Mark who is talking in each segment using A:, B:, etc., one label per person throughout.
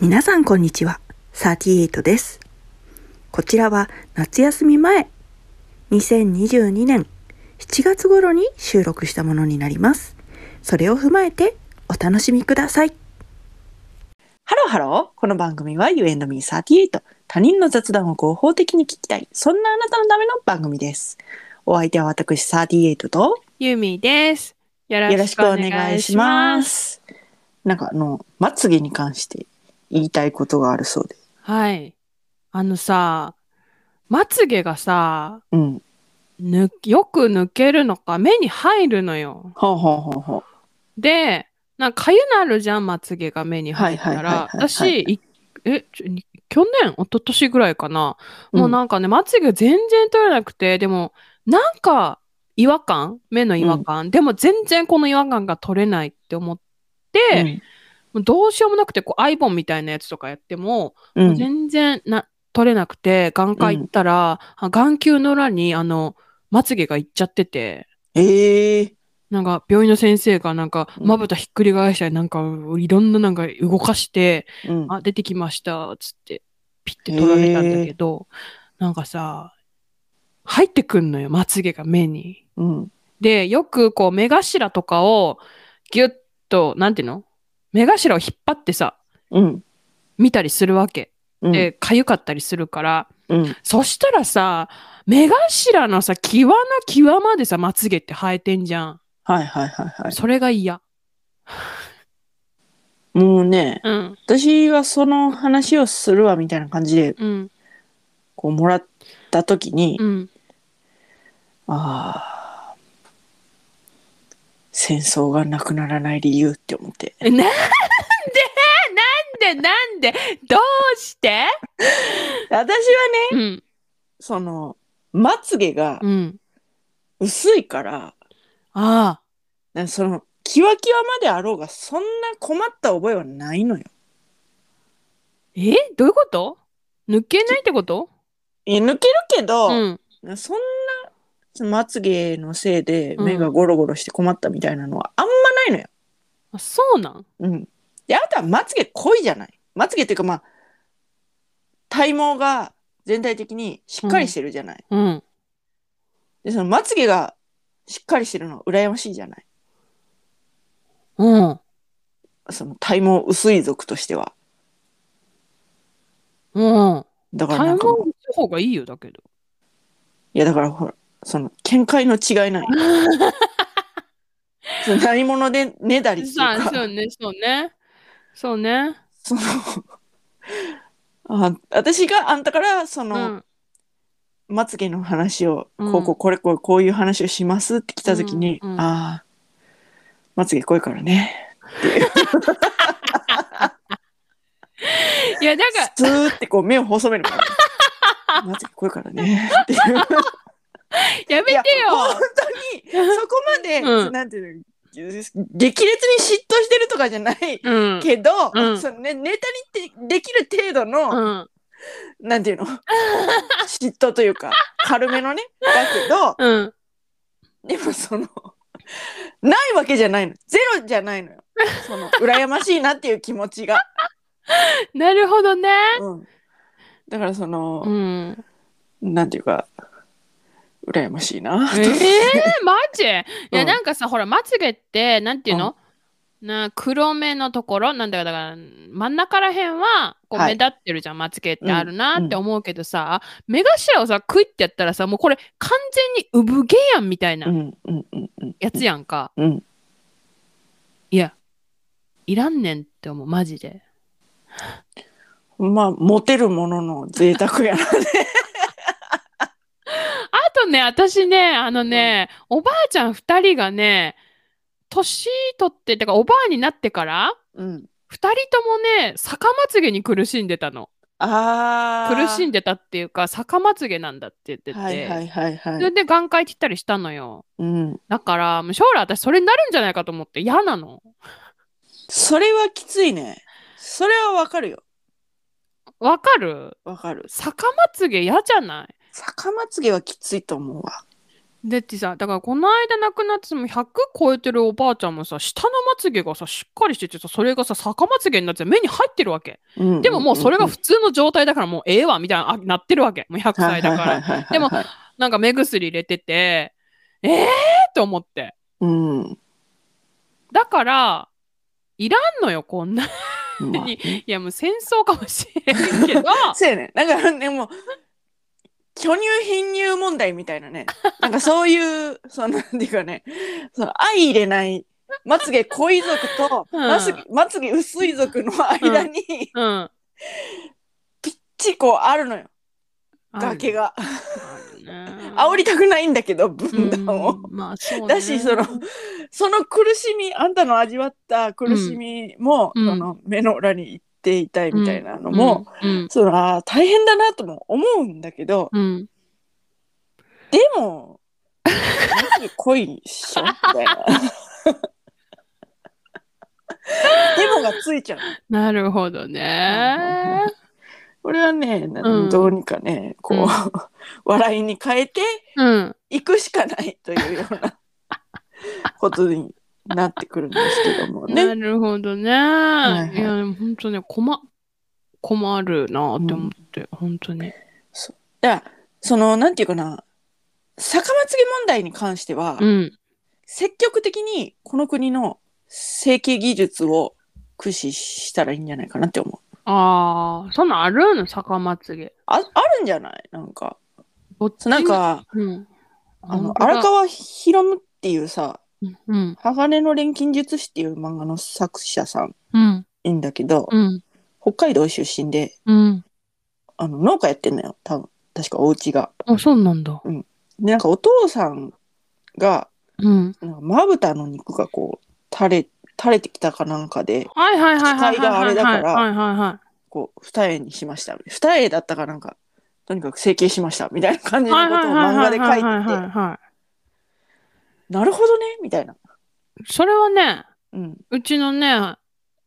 A: 皆さんこんにちは。38です。こちらは夏休み前、2022年7月頃に収録したものになります。それを踏まえてお楽しみください。
B: ハローハロー。この番組は You and me38。他人の雑談を合法的に聞きたい。そんなあなたのための番組です。お相手は私38と
C: ユミです。
B: よろしくお願いします。なんかあの、まつげに関して言いたいことがあるそうで。
C: はい。あのさ、まつげがさ、
B: うん、
C: ぬよく抜けるのか目に入るのよ。
B: ほうほうほうほ
C: う。で、なんかゆなるじゃん、まつげが目に入ったら。私、え、去年、一昨年ぐらいかな。もうなんかね、うん、まつげ全然取れなくて、でも、なんか違和感目の違和感、うん、でも全然この違和感が取れないって思って、うん、どうしようもなくてこうアイボンみたいなやつとかやっても,うん、も全然な取れなくて眼科行ったら、眼球の裏にあのまつげがいっちゃってて。
B: えー
C: なんか病院の先生がなんかまぶたひっくり返したりなんかいろんななんか動かして、あ出てきましたっつってピッて取られたんだけど、えー、なんかさ入ってくんのよ、まつげが目に。
B: うん、
C: で、よくこう目頭とかをギュッと、なんていうの目頭を引っ張ってさ、
B: うん、
C: 見たりするわけ。うん、で、かゆかったりするから。
B: うん、
C: そしたらさ、目頭のさ、際の際までさ、まつげって生えてんじゃん。
B: はいはいはいはい。
C: それが嫌。
B: もうね、
C: うん、
B: 私はその話をするわみたいな感じで、
C: うん、
B: こうもらった時に、
C: うん
B: ああ、戦争がなくならない理由って思って。
C: なんでなんでなんでどうして
B: 私はね、
C: うん、
B: その、まつげが薄いから、
C: うん、あ
B: あ。その、キワキワまであろうが、そんな困った覚えはないのよ。
C: えどういうこと抜けないってこと
B: いや、抜けるけど、、
C: うん
B: そんなまつげのせいで目がゴロゴロして困ったみたいなのはあんまないのよ。
C: うん、あそうなん
B: うん。であとはまつげ濃いじゃないまつげっていうかまあ体毛が全体的にしっかりしてるじゃない、
C: うん、うん、
B: でそのまつげがしっかりしてるの羨ましいじゃない
C: うん
B: その体毛薄い族としては。
C: うん。
B: だからなんか。体
C: 毛薄い方がいいよだけど。
B: いやだからほらその見解の違い ない。その何者でねだりっていうか。
C: そうね、そうね。そうね。
B: そのあ私があんたからその、うん、まつげの話をこうこうこれこうこういう話をしますって来た時に、
C: うんうん、
B: ああまつげ濃いからねっていう。
C: いやだから
B: スーってこう目を細めるから まつげ濃いからねっていう。
C: やめてよ
B: 本当にそこまで、うん、なんていうの激烈に嫉妬してるとかじゃない、
C: うん、
B: けど、
C: うん、
B: そのね、ネタにってできる程度の、うん、なんていうの嫉妬というか軽めのねだ
C: けど、
B: でもそのないわけじゃないのゼロじゃないのよその羨ましいなっていう気持ちが。
C: なるほどね、
B: だからその、
C: うん、
B: なんていうか羨ましいな。
C: ええー、マジいや、なんかさ、うん、ほら、まつげって、なんていうの、うん、な黒目のところ、なんだか、だから、真ん中らへんは、こう、目立ってるじゃん、はい、まつげってあるなって思うけどさ、うん、目頭をさ、クイってやったらさ、もうこれ、完全に産毛やんみたいなやつやんか。いや、いらんねんって思う、マジで。
B: まあ、モテるものの贅沢やなね。
C: あとね、私ね、あのね、うん、おばあちゃん2人がね、年取って、てかおばあになってから、
B: うん、2
C: 人ともね、逆まつげに苦しんでたの。
B: あ
C: 苦しんでたっていうか、逆まつげなんだって言ってて。
B: はいはいはい、はい、
C: それで眼科行ったりしたのよ。
B: うん、
C: だから、将来私それになるんじゃないかと思って嫌なの。
B: それはきついね。それはわかるよ。
C: わかる
B: わかる。
C: 逆まつげ嫌じゃない
B: 逆まつげはきついと思うわ。
C: だってさ、だからこの間亡くなっても100超えてるおばあちゃんもさ、下のまつげがさ、しっかりしててさ、それがさ、逆まつげになって目に入ってるわけ。でももうそれが普通の状態だからもうええわ、みたいな、あなってるわけ。もう100歳だから。
B: ら
C: でもなんか目薬入れてて、ええー、と思って。
B: うん。うん
C: だから、いらんのよ、こんな。
B: まあ
C: いや、もう戦争かもしれ んけど、
B: そうやね。だからね、もう、巨乳貧乳問題みたいなね。なんかそういう、 その、なんていうかね、その、相入れない、まつげ濃い族と、
C: うん
B: まつげまつげ薄い族の間に、
C: うん。
B: チコあるのよ、崖が。煽
C: 煽
B: りたくないんだけど、分断を。
C: まあそうね
B: だしそのその苦しみあんたの味わった苦しみも、
C: うん
B: その目の裏に行っていたいみたいなのも、
C: うん
B: そのあー大変だなとも思うんだけど、
C: うんうん
B: でも、マジで恋にしょみたいな。でもがついちゃう。
C: なるほどね。
B: これはね、な
C: うん
B: どうにかね、こう、
C: うん
B: 笑いに変えて
C: うん。
B: いくしかないというよう なことになってくるんですけども
C: な
B: ね。
C: るほどね。い
B: いはい
C: や、でも本当ね、困、困るなって思って、本当に。
B: だから、その、なんていうかな、逆まつげ問題に関しては、
C: うん。
B: 積極的にこの国の整形技術を駆使したらいいんじゃないかなって思う。
C: ああ、そんなんあるの逆まつげ。
B: ああるんじゃないなんか。
C: どっちも
B: なん、か、
C: うん。
B: あ
C: 本
B: の、
C: 当だ
B: 荒川博夢っていうさ、
C: うん。
B: 鋼の錬金術師っていう漫画の作者さん
C: うん。
B: いいんだけど、
C: うん。
B: 北海道出身で、
C: うん。
B: あの、農家やってんのよ、多分。確かお家が。
C: あ、そうなんだ。
B: で、なんかお父さんが、
C: うん。
B: なんかまぶたの肉がこう、垂れ、垂れてきたかなんかで、
C: はいはいはいはいはい。
B: 機械があれだから
C: はいはいは
B: こう、二重にしました。二重だったかなんか、とにかく整形しました、みたいな感じのこ
C: い。
B: とを漫画で書
C: はいはいはいい
B: てて、
C: は
B: なるほどね、みたいな。
C: い。それはね、
B: うん。
C: うちのね、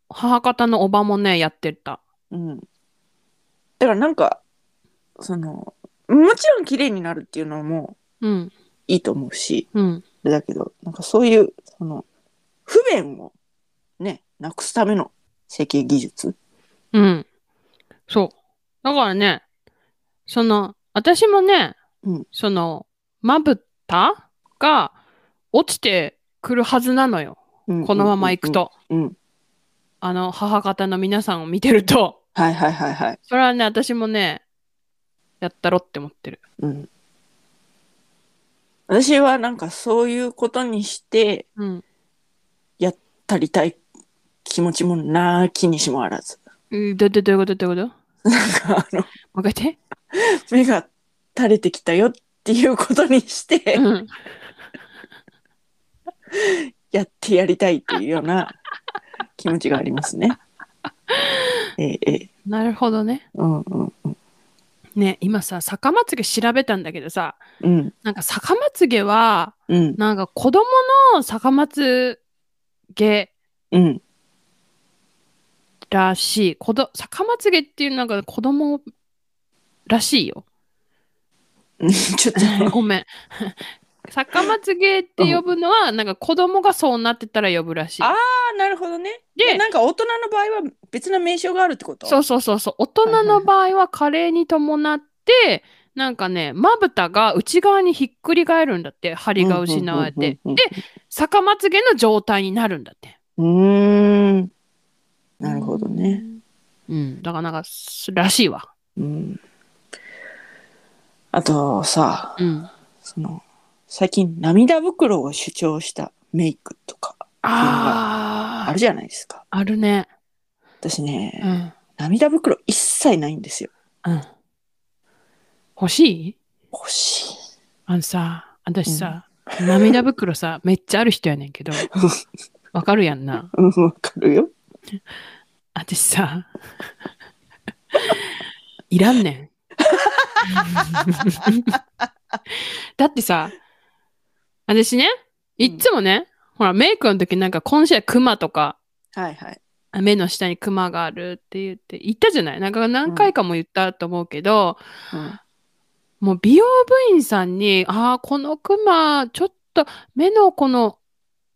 C: 母方のおばもね、やってた。
B: うん。だからなんか、その、もちろん綺麗になるっていうのも
C: うん。
B: いいと思うし、
C: うん。
B: あれだけど、なんかそういう、その、不便をね、なくすための整形技術。
C: うん。そう。だからね、その、私もね、
B: うん
C: その、まぶたが落ちてくるはずなのよ。このまま行く。と。
B: うん。うん
C: あの、母方の皆さんを見てると。
B: はいはいはいはい。
C: それはね、私もね、やったろって思ってる。
B: うん。私はなんかそういうことにして
C: うん。
B: 足りたい気持ちもなきにしもあらず。
C: うんど、ど、どういうことどういうこと
B: なんかあの、
C: もう一回言っ
B: 目が垂れてきたよっていうことにして
C: て。、うん。
B: やってやりたいっていうような気持ちがあります ね。ええええ、
C: なるほどね。
B: うんうん
C: ね、今さ、逆まつげ調べたんだけどさ、
B: うん
C: なんか逆まつげは、
B: うん
C: なんか子供の逆まつげ
B: うん
C: らしい。子ど逆まつげっていうのが子供らし いよ。
B: うん。ち ょっと、
C: ごめん。 逆まつげって呼ぶのは、なんか子供がそうなってたら呼ぶらしい。
B: ああなるほどね。
C: で
B: で、なんか大人の場合は別な名称があるってこと
C: そうそうそうそう。大人の場合は加齢に伴って、なんかね、まぶたが内側にひっくり返るんだって、
B: うん
C: 針
B: うんうん
C: が
B: うん
C: 失われて。
B: うん
C: で、逆まつげの状態になるんだって。
B: うーん。なるほどね。。
C: うん。だからなんか、すらしいわ。
B: うん。あとさ、
C: うん。
B: その、最近涙袋を主張したメイクとか
C: あ
B: あ
C: あ
B: る、じゃないですか。
C: あるね。
B: 私ね、
C: うん。
B: 涙袋一切ないんですよ。
C: うん。欲しい
B: 欲しい。
C: あのさ、私さ、涙袋さ、めっちゃある人やねん けど、わかるやんな。
B: うん、わかるよ。
C: 私さ、 いらんねん。 だってさ、私ね、いっつもね、ほら、メイクの時なんか今週はクマとか、
B: はいはい。
C: 目の下にクマがあるって言って、言ったじゃないなんか何回かも言ったと思うけど、
B: うん
C: もう美容部員さんに、ああ、このクマ、ちょっと目のこの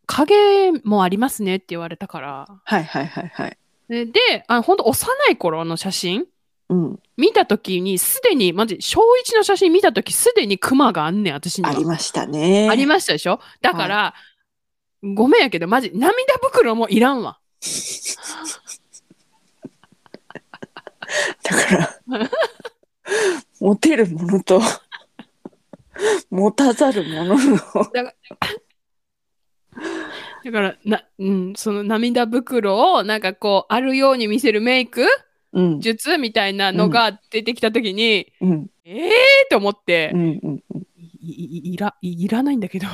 C: 影もありますねって言われたから。
B: はいはいはいはい。
C: で、であ本当幼い頃の写真
B: うん。
C: 見た時に、すでに、マジ、小一の写真見た時、すでにクマがあんねん、私には。
B: ありましたね。
C: ありましたでしょだから、ごめんやけど、マジ、涙袋もいらんわ。
B: だから、 持てるものと、持たざるものの。
C: だから、な、うん、その涙袋を、なんかこう、あるように見せるメイク
B: うん。
C: 術みたいなのが出てきた時に、
B: うん。
C: ええーと思って
B: う、ん。うん。
C: いいいらいいらないんだ けど、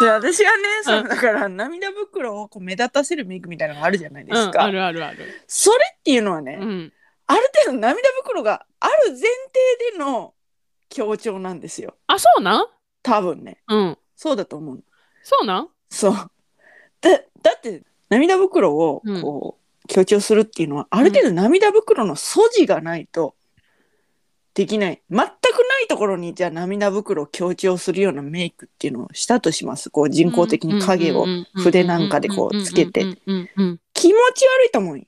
B: で私はねそうのだから涙袋をこう目立たせるメイクみたいなのがあるじゃないで
C: う
B: す
C: ん、
B: か、
C: あるあるある。
B: それっていうのはね、
C: うん、
B: ある程度涙袋がある前提での強調なんですよ
C: あ、そうなん
B: 多分ね
C: うん。
B: そうだと思う
C: そうなん
B: そうだだって涙袋をこう強調するっていうのは、ある程度涙袋の素地がないとできない全くないところにじゃあ涙袋を強調するようなメイクっていうのをしたとしますこう人工的に影を筆なんかでこうつけて
C: うんうんうんうん。
B: 気持ち悪いと思うよ。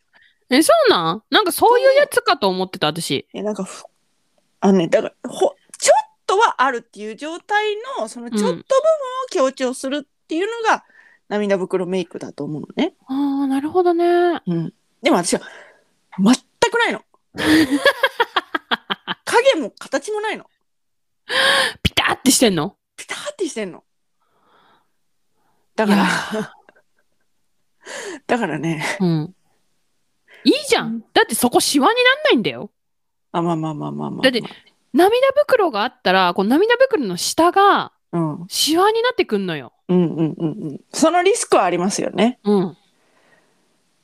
C: え、そうなんなんかそういうやつかと思ってた、私。
B: えなんかふあのねだからほちょっとはあるっていう状態のそのちょっと部分を強調するっていうのが、涙袋メイクだと思うのね。
C: ああ、なるほどね。
B: うん、でも私は全く ないの。影も形もないの。
C: ピタってしてんの
B: ピタってしてんの。だから
C: いや
B: だからね
C: うん。いいじゃん。だってそこシワになんないんだよ。
B: あまあまあまあまあまあ、まあ、
C: だって涙袋があったら、こう涙袋の下が
B: うん、うん
C: シワになってくんのよ。
B: うんうんうんそのリスクはありますよね。
C: うん。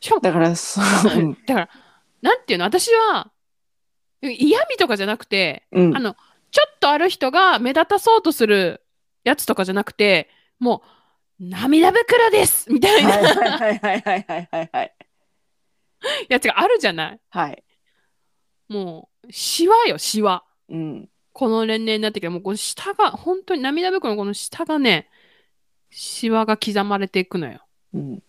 C: しかも、
B: だからそう、うん
C: だから、なんていうの、私は、嫌味とかじゃなくて、
B: うん
C: あの、ちょっとある人が目立たそうとするやつとかじゃなくて、もう、涙袋ですみたいな
B: はいはいはいはいはいはい
C: やつがあるじゃない。
B: はい。
C: もう、シワよ、シワ。
B: うん。
C: この年齢になってきて、もうこの下が、本当に涙袋のこの下がね、シワが刻まれていくのよ。
B: うん。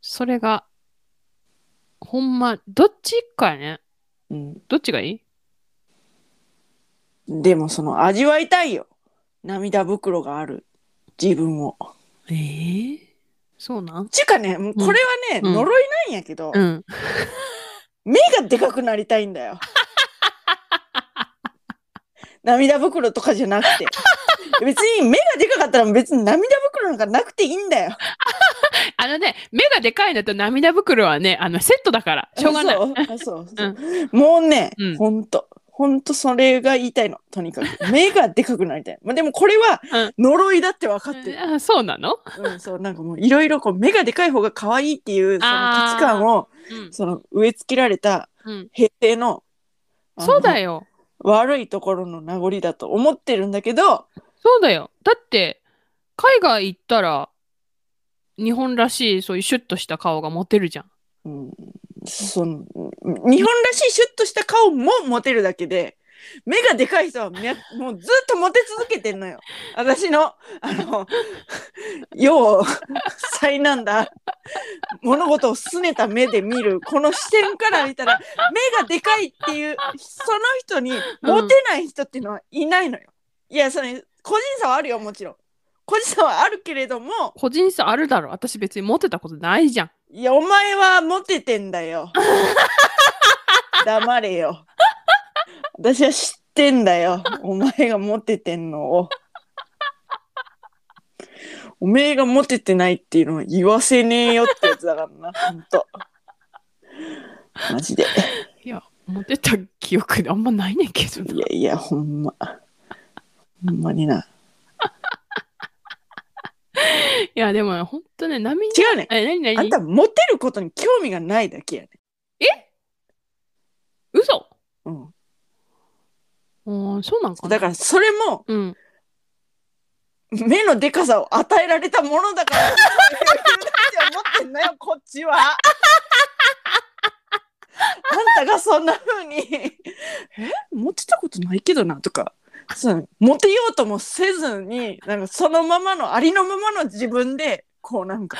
C: それが、ほんま、どっちかやね。
B: うん。
C: どっちがいい
B: でもその味わいたいよ。涙袋がある自分を。
C: ええそうなん
B: ちゅうかね、もうこれはね、
C: うん
B: 呪いなんやけど、
C: うん。
B: 目がでかくなりたいんだよ。 涙袋とかじゃなくて。 別に目がでかかったら別に涙袋なんかなくていいんだよ。
C: あのね、目がでかいのと涙袋はね、あの、セットだから、しょうがない。
B: あそうあそうそうもうね、
C: うん
B: ほんと。ほんとそれが言いたいの。とにかく。目がでかくなりたい。まあ、でもこれは
C: うん
B: 呪いだって分かってる。
C: あそうなの
B: うん、そう、なんかもういろいろこう目がでかい方が可愛いっていうその価値観を、
C: うん。
B: その植え付けられた
C: うん、
B: 平成の、あの
C: そうだよ。
B: 悪いところの名残だと思ってるんだけど、
C: そうだよ。だって、海外行ったら、日本らしい、そういうシュッとした顔がモテるじゃん。
B: うん、そのうん日本らしいシュッとした顔もモテるだけで目がでかい人はめ もうずっとモテ続けてんのよ私の あのよう災難だ物事を拗ねた目で見るこの視点から見たら目がでかいっていうその人にモテない人っていうのはいないのよ。いやそれ個人差はあるよもちろん。個人差はあるけれども
C: 個人差あるだろ私別にモテたことないじゃん
B: いや、お前はモテてんだよ。黙れよ。私は知ってんだよ。お前がモテてんのを。おめえがモテてないっていうのは言わせねえよってやつだからな、ほんと。マジで。
C: モテた記憶あんまないねんけど
B: いやいや、ほんま。ほんまにな。
C: いやでもほんとね涙
B: 違うね。
C: え何
B: あん
C: 何
B: たモテることに興味がないだけやね。
C: 嘘
B: うん。
C: うんそうなんかな
B: だから、それも、
C: うん
B: 目のでかさを与えられたものだから 思ってんなよこっちは。あんたがそんな風に「え持ってたことないけどな」とかそうモテようともせずになんかそのままのありのままの自分でこうなんか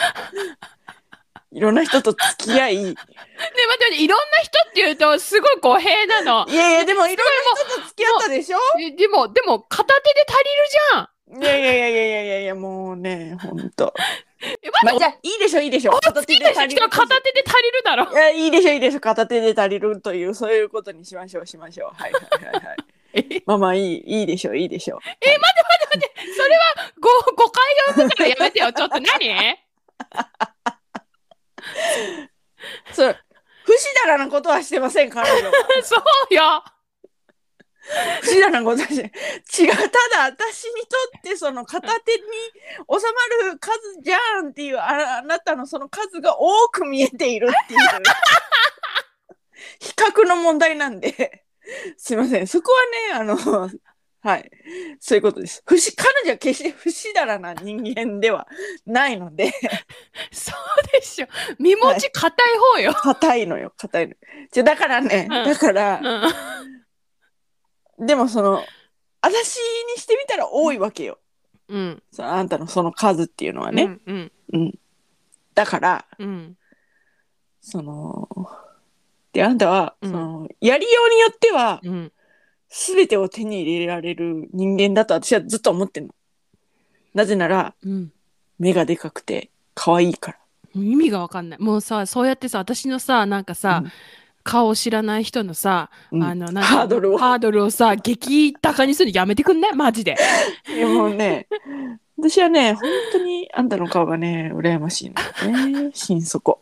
B: いろんな人と付き合いい
C: 待って、いろんな人って言うと、すごい語弊なの。
B: やいやでもいろんな人と付き合ったでしょ
C: えでも、でも、片手で足りるじゃん。
B: いやいやいやいやいやいやもうねほんと。
C: え、
B: ま
C: 待
B: あ、
C: っ
B: じゃ
C: て、
B: あいいでしょいいでしょ片手
C: 好きな
B: 足り
C: 人は
B: る
C: 片手で足りるだろ。
B: いやいいでしょいいでしょ片手で足りるというそういうことにしましょうしましょうはいはいはいはい
C: え、待って
B: まあまあいいいいでしょういいでしょう
C: 待って、それはご誤解を生むからやめてよ。ちょっと何
B: そう不死だらなことはしてません彼女は
C: そうよ。
B: 不死だらなことはして違うただ私にとってその片手に収まる数じゃんっていうああなたのその数が多く見えているっていう比較の問題なんですい ませんそこはねあのはいそういうことです不死彼女は決して不死だらな人間ではないので
C: そうでしょ。身持ち硬い方よ。
B: 硬いのよ硬いのじゃだからね、
C: うん
B: だから、
C: うん。
B: でもその私にしてみたら多いわけよ
C: うん。
B: そのあんたのその数っていうのはね、
C: うん。
B: だから
C: うん。
B: そのであんたは、
C: うん
B: そのやりようによっては
C: うん。
B: 全てを手に入れられる人間だと私はずっと思ってんのなぜなら
C: うん。
B: 目がでかくて可愛いから
C: 意味がわかんない。もうさ、そうやってさ、私のさ、なんかさ、顔を知らない人のさ、
B: うん
C: あの、なんか
B: ハードルを
C: ハードルをさ、激高にするのやめてくんないマジで。
B: いやもうね私はね本当にあんたの顔がね羨ましいのよね心底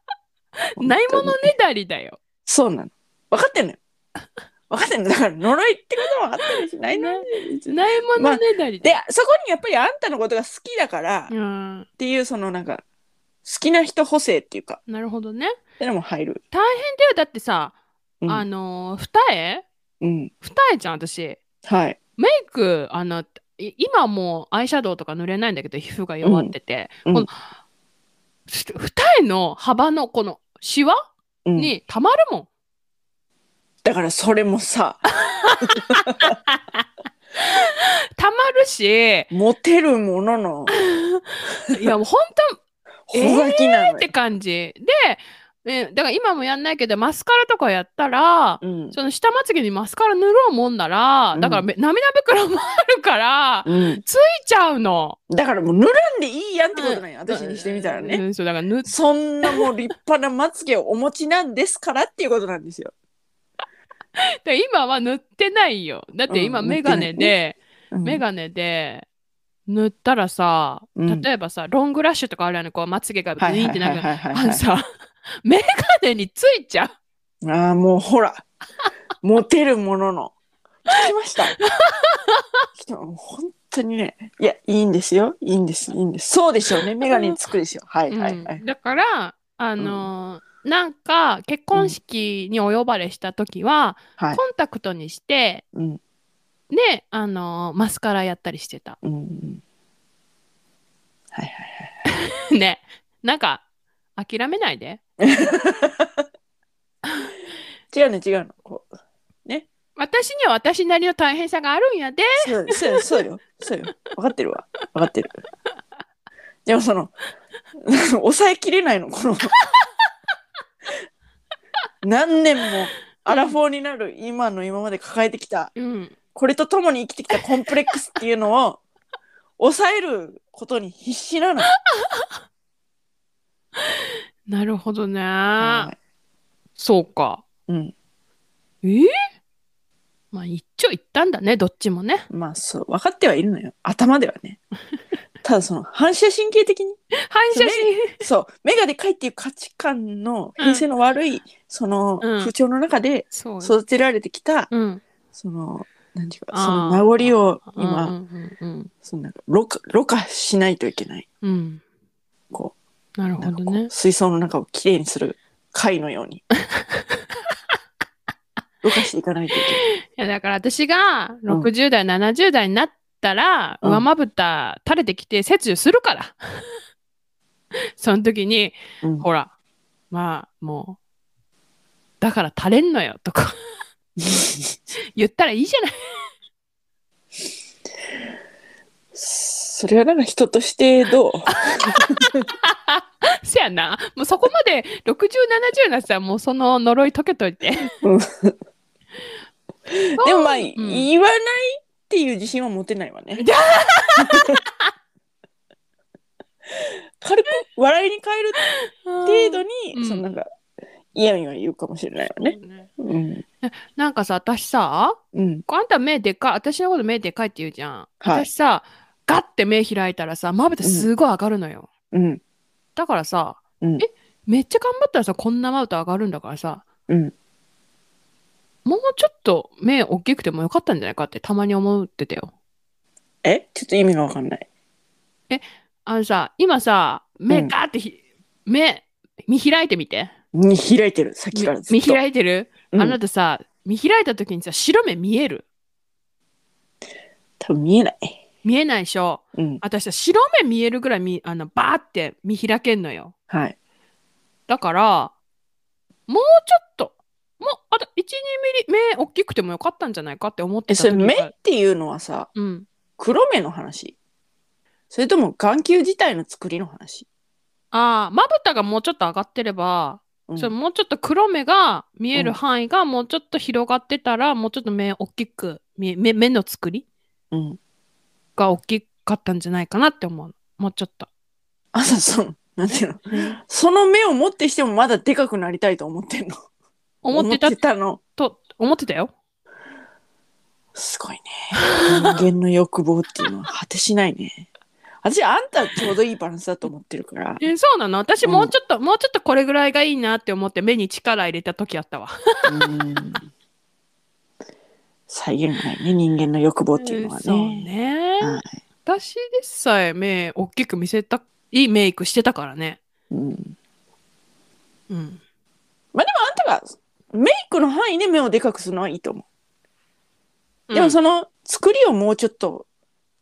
C: ないものねだりだよ。
B: そうなの。分かってんのよ。分かってんの。だから呪いってことも分かってるし、ないな
C: ないものねだりだ
B: で
C: よ。、
B: そこにやっぱりあんたのことが好きだからっ
C: うん。
B: ていう、そのなんか、好きな人補正っていうか、
C: なるほどね。
B: ってのも入る。
C: ではだってさ、
B: うん
C: あのー、二重
B: うん。
C: 二重じゃん、私。
B: はい。
C: メイク、あの、い今もうアイシャドウとか塗れないんだけど、皮膚が弱ってて、
B: うん
C: この、ふ二重の幅のこのシワ
B: うん
C: にたまるもん。
B: だからそれもさ、
C: たま るし、
B: モテるもの の
C: いや、もう本
B: ほがきな
C: 当
B: の
C: って
B: よ。
C: 感じ。で、えだから今もやんないけど、マスカラとかやったら、
B: うん。
C: その下まつげにマスカラ塗ろうもんなら、だからめ涙袋もあるから、
B: うん、
C: ついちゃうの。
B: だからもう塗らんでいいやんってことなんや、私にしてみたら
C: う
B: ね。
C: ん、そう、だから塗っ
B: そんなもう立派なまつげをお持ちなんですからっていうことなんですよ。
C: て、今は塗ってないよ。だって今
B: うん
C: メガネで、
B: うん
C: メガネで塗ったらさ、
B: うん
C: 例えばさ、ロングラッシュとかあるやん、こう、まつげがビーンってなる。
B: はいはいはいはい
C: あ
B: はい
C: のさ、メガネについちゃう。
B: ああ、もうほら。モテるものの。聞きました。人はもう本当にね。いや、いいんですよ。いいんです。いいんです。そうでしょうね。メガネつくでしょう。はいはいは
C: う
B: い
C: ん。だから、あのーなんか、結婚式にお呼ばれした時は、
B: はい
C: コ。ンタクトにして、
B: うん。
C: で、あのーマスカラやったりしてた。
B: うんうん。はいはい。
C: ね。なんか、諦めないで。
B: 違うね、違うの。こう。
C: 私には私なりの大変さがあるんやで。
B: そうそうよそうよ。そうよ。分かってるわ。分かってる。でもその、抑えきれないの、この。何年も、アラフォーになる今の今まで抱えてきた。
C: うん。
B: これと共に生きてきたコンプレックスっていうの を抑えることに必死なの。
C: なるほどね。
B: は
C: そうか。
B: いうん、
C: えーまあ、一長一短だね、どっちもね。
B: まあそう分かってはいるのよ頭ではね。 ただその反射神経的に
C: 反射神
B: そう目がでかいっていう価値観の平成の悪い、その
C: うん
B: 風潮の中で
C: そう。
B: 育てられてきた、
C: うん。
B: その何ていうか
C: あー
B: その名残を今、
C: うんうん
B: そのなんかろ過ろ過しないといけない
C: うん。うん。
B: こ
C: なる
B: うな
C: ほ
B: んか
C: ど
B: こう
C: ね。
B: 水槽の中をきれいにする貝のよう にろ過していかないといけない。
C: いや、だから私が60代、70代になったら、
B: うん
C: 上まぶた垂れてきて切除するから。 その時に、
B: うん
C: ほら、まあ、もう、だから垂れんのよ、とか言ったらいいじゃない。
B: それはなんか人としてどう
C: せやな。もうそこまで60、70なさ、もうその呪い解けといて。
B: うんでもまあ、
C: うん
B: 言わないっていう自信は持てない わね。軽く笑いに変える程度に、
C: うん
B: そのなんか嫌味は言うかもしれないわね。
C: ね。
B: うん。
C: なんかさ、私さ、
B: うん。
C: あんた目でかい、私のこと目でかいって言うじゃん。
B: はい
C: 私さ、ガッて目開いたらさ、まぶたすごい上がるのよ。
B: うん。
C: だからさ、
B: うん
C: え、めっちゃ頑張ったらさ、こんなまぶた上がるんだからさ、
B: うん
C: もうちょっと目大きくてもよかったんじゃないかってたまに思ってたよ。
B: えちょっと意味がわかんない。
C: あのさ、今さ、目ガーってひ、目、見開いてみて。
B: 見開いてる、さっき
C: み
B: からずっと。
C: 見開いてる、
B: うん
C: あなたさ、見開いた時にさ、白目見える
B: 多分見えない。
C: 見えないでしょ
B: うん。
C: 私さ、白目見えるぐらいみ、あの、バーって見開けんのよ。
B: はい。
C: だから、もうちょっと、もう、あと1、2ミリ、目大きくてもよかったんじゃないかって思って
B: え、
C: た
B: それ
C: 時が
B: 目っていうのはさ、
C: うん。
B: 黒目の話それとも眼球自体の作りの話、
C: ああ、まぶたがもうちょっと上がってれば、
B: うん
C: それもうちょっと黒目が見え
B: う
C: る
B: ん
C: 範囲がもうちょっと広がってたら、もうちょっと目大きく見え、目目の作り
B: うん。
C: が大きかったんじゃないかなって思うの。もうちょっと。
B: あさ、その、なんていうのその目を持ってしてもまだでかくなりたいと思ってんの。
C: 思ってた
B: の。
C: と、思ってたよ。
B: すごいね。人間の欲望っていうのは果てしないね。 私、あんたちょうどいいバランスだと思ってるから。
C: えそうなの私
B: うん
C: もうちょっと、もうちょっとこれぐらいがいいなって思って目に力入れた時あったわ。
B: うん。再現がないね、人間の欲望っていうのは
C: そう
B: ね。
C: ね。
B: はい
C: 私でさえ目大きく見せたいいメイクしてたからね。
B: うん。
C: うん。
B: あんたがメイクの範囲で目をでかくするのはいいと思う。でも
C: うん
B: その作りをもうちょっとっ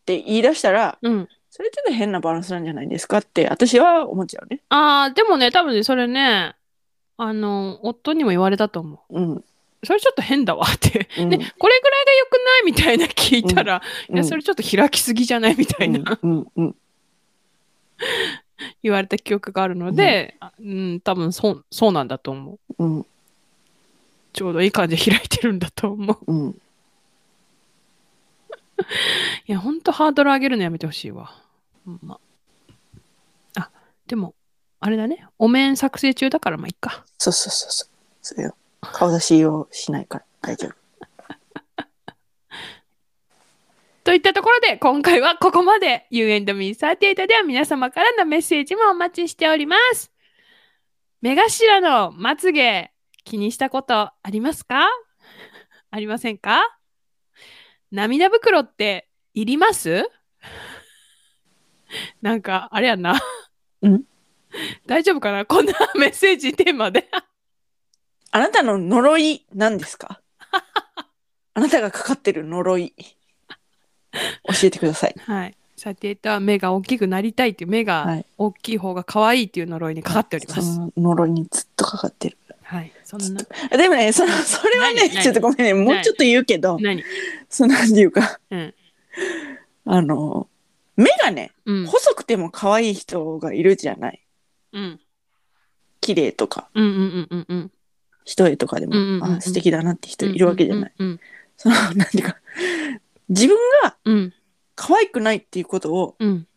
B: て言い出したら、
C: うん。
B: それちょっと変なバランスなんじゃないですかって私は思っちゃうね。
C: ああ、でもね、多分ね、それね、あの、夫にも言われたと思
B: うん。
C: う。それちょっと変だわって。
B: うん
C: ね、これぐらいが良くないみたいな聞いたら、
B: うん
C: いや、それちょっと開きすぎじゃないみたいな、
B: うんうん
C: 言われた記憶があるので、あうん、多分そう、そうなんだと思う。
B: うん
C: ちょうどいい感じで開いてるんだと思う。
B: うん。
C: いや、ほんとハードル上げるのやめてほしいわ。ほんま。あ、でも、あれだね。お面作成中だからまあいっか。
B: そうそうそうそう。そうよ。顔出しをしないから大丈夫。
C: といったところで、今回はここまで U&Me38 では皆様からのメッセージもお待ちしております。目頭のまつげ、気にしたことありますか ありませんか涙袋っていります なんか、あれやんな。
B: ん
C: 大丈夫かなこんなメッセージテーマで。
B: あなたの呪い何です かあなたがかかってる呪い。教えてください。
C: はい。サテータは目が大きくなりたいっていう目
B: は
C: が
B: い
C: 大きい方が可愛いっていう呪いにかかっております。
B: その呪いにずっとかかってる。
C: はい。そんな。
B: でもね、その、それはね、
C: 何何
B: ちょっとごめんね、もうちょっと言うけど、
C: 何
B: その、なんていうか、
C: うん
B: あの、目がね、
C: うん。
B: 細くても可愛い人がいるじゃない
C: うん。
B: 綺麗とか
C: うんうんうんうん
B: 一重とかでも、
C: うんうんうんうん
B: あ素敵だなって人
C: うん。
B: いるわけじゃない、
C: うん
B: その何ていうか自分が
C: うん
B: 可愛くないっていうことを
C: うん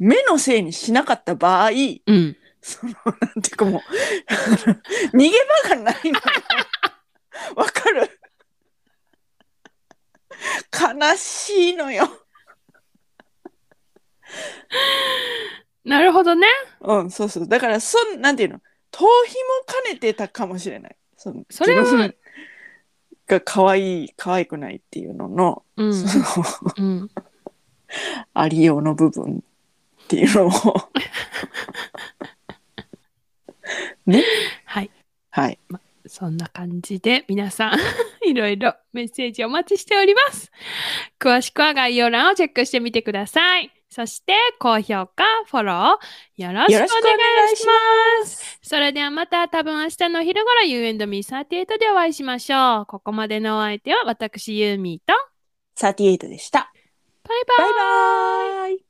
B: 目のせいにしなかった場合
C: うん。
B: そのなんていうかもう 逃げ場がないのよわかる悲しいのよ
C: なるほどね。
B: うんそうそうだからそんなんていうの逃避も兼ねてたかもしれないその
C: それは
B: 自分が可愛い可愛くないっていうのの
C: うん
B: その
C: うん。
B: ありようの部分っていうのを
C: はい。
B: はい
C: そんな感じで皆さん いろいろメッセージお待ちしております。詳しくは概要欄をチェックしてみてください。そして高評価、フォローよろしくお願いします。それではまた多分明日のお昼頃 You and Me38 でお会いしましょう。ここまでのお相手は私ユーミーと
B: 38でした。
C: バイバ
B: バ
C: イ
B: イバーイ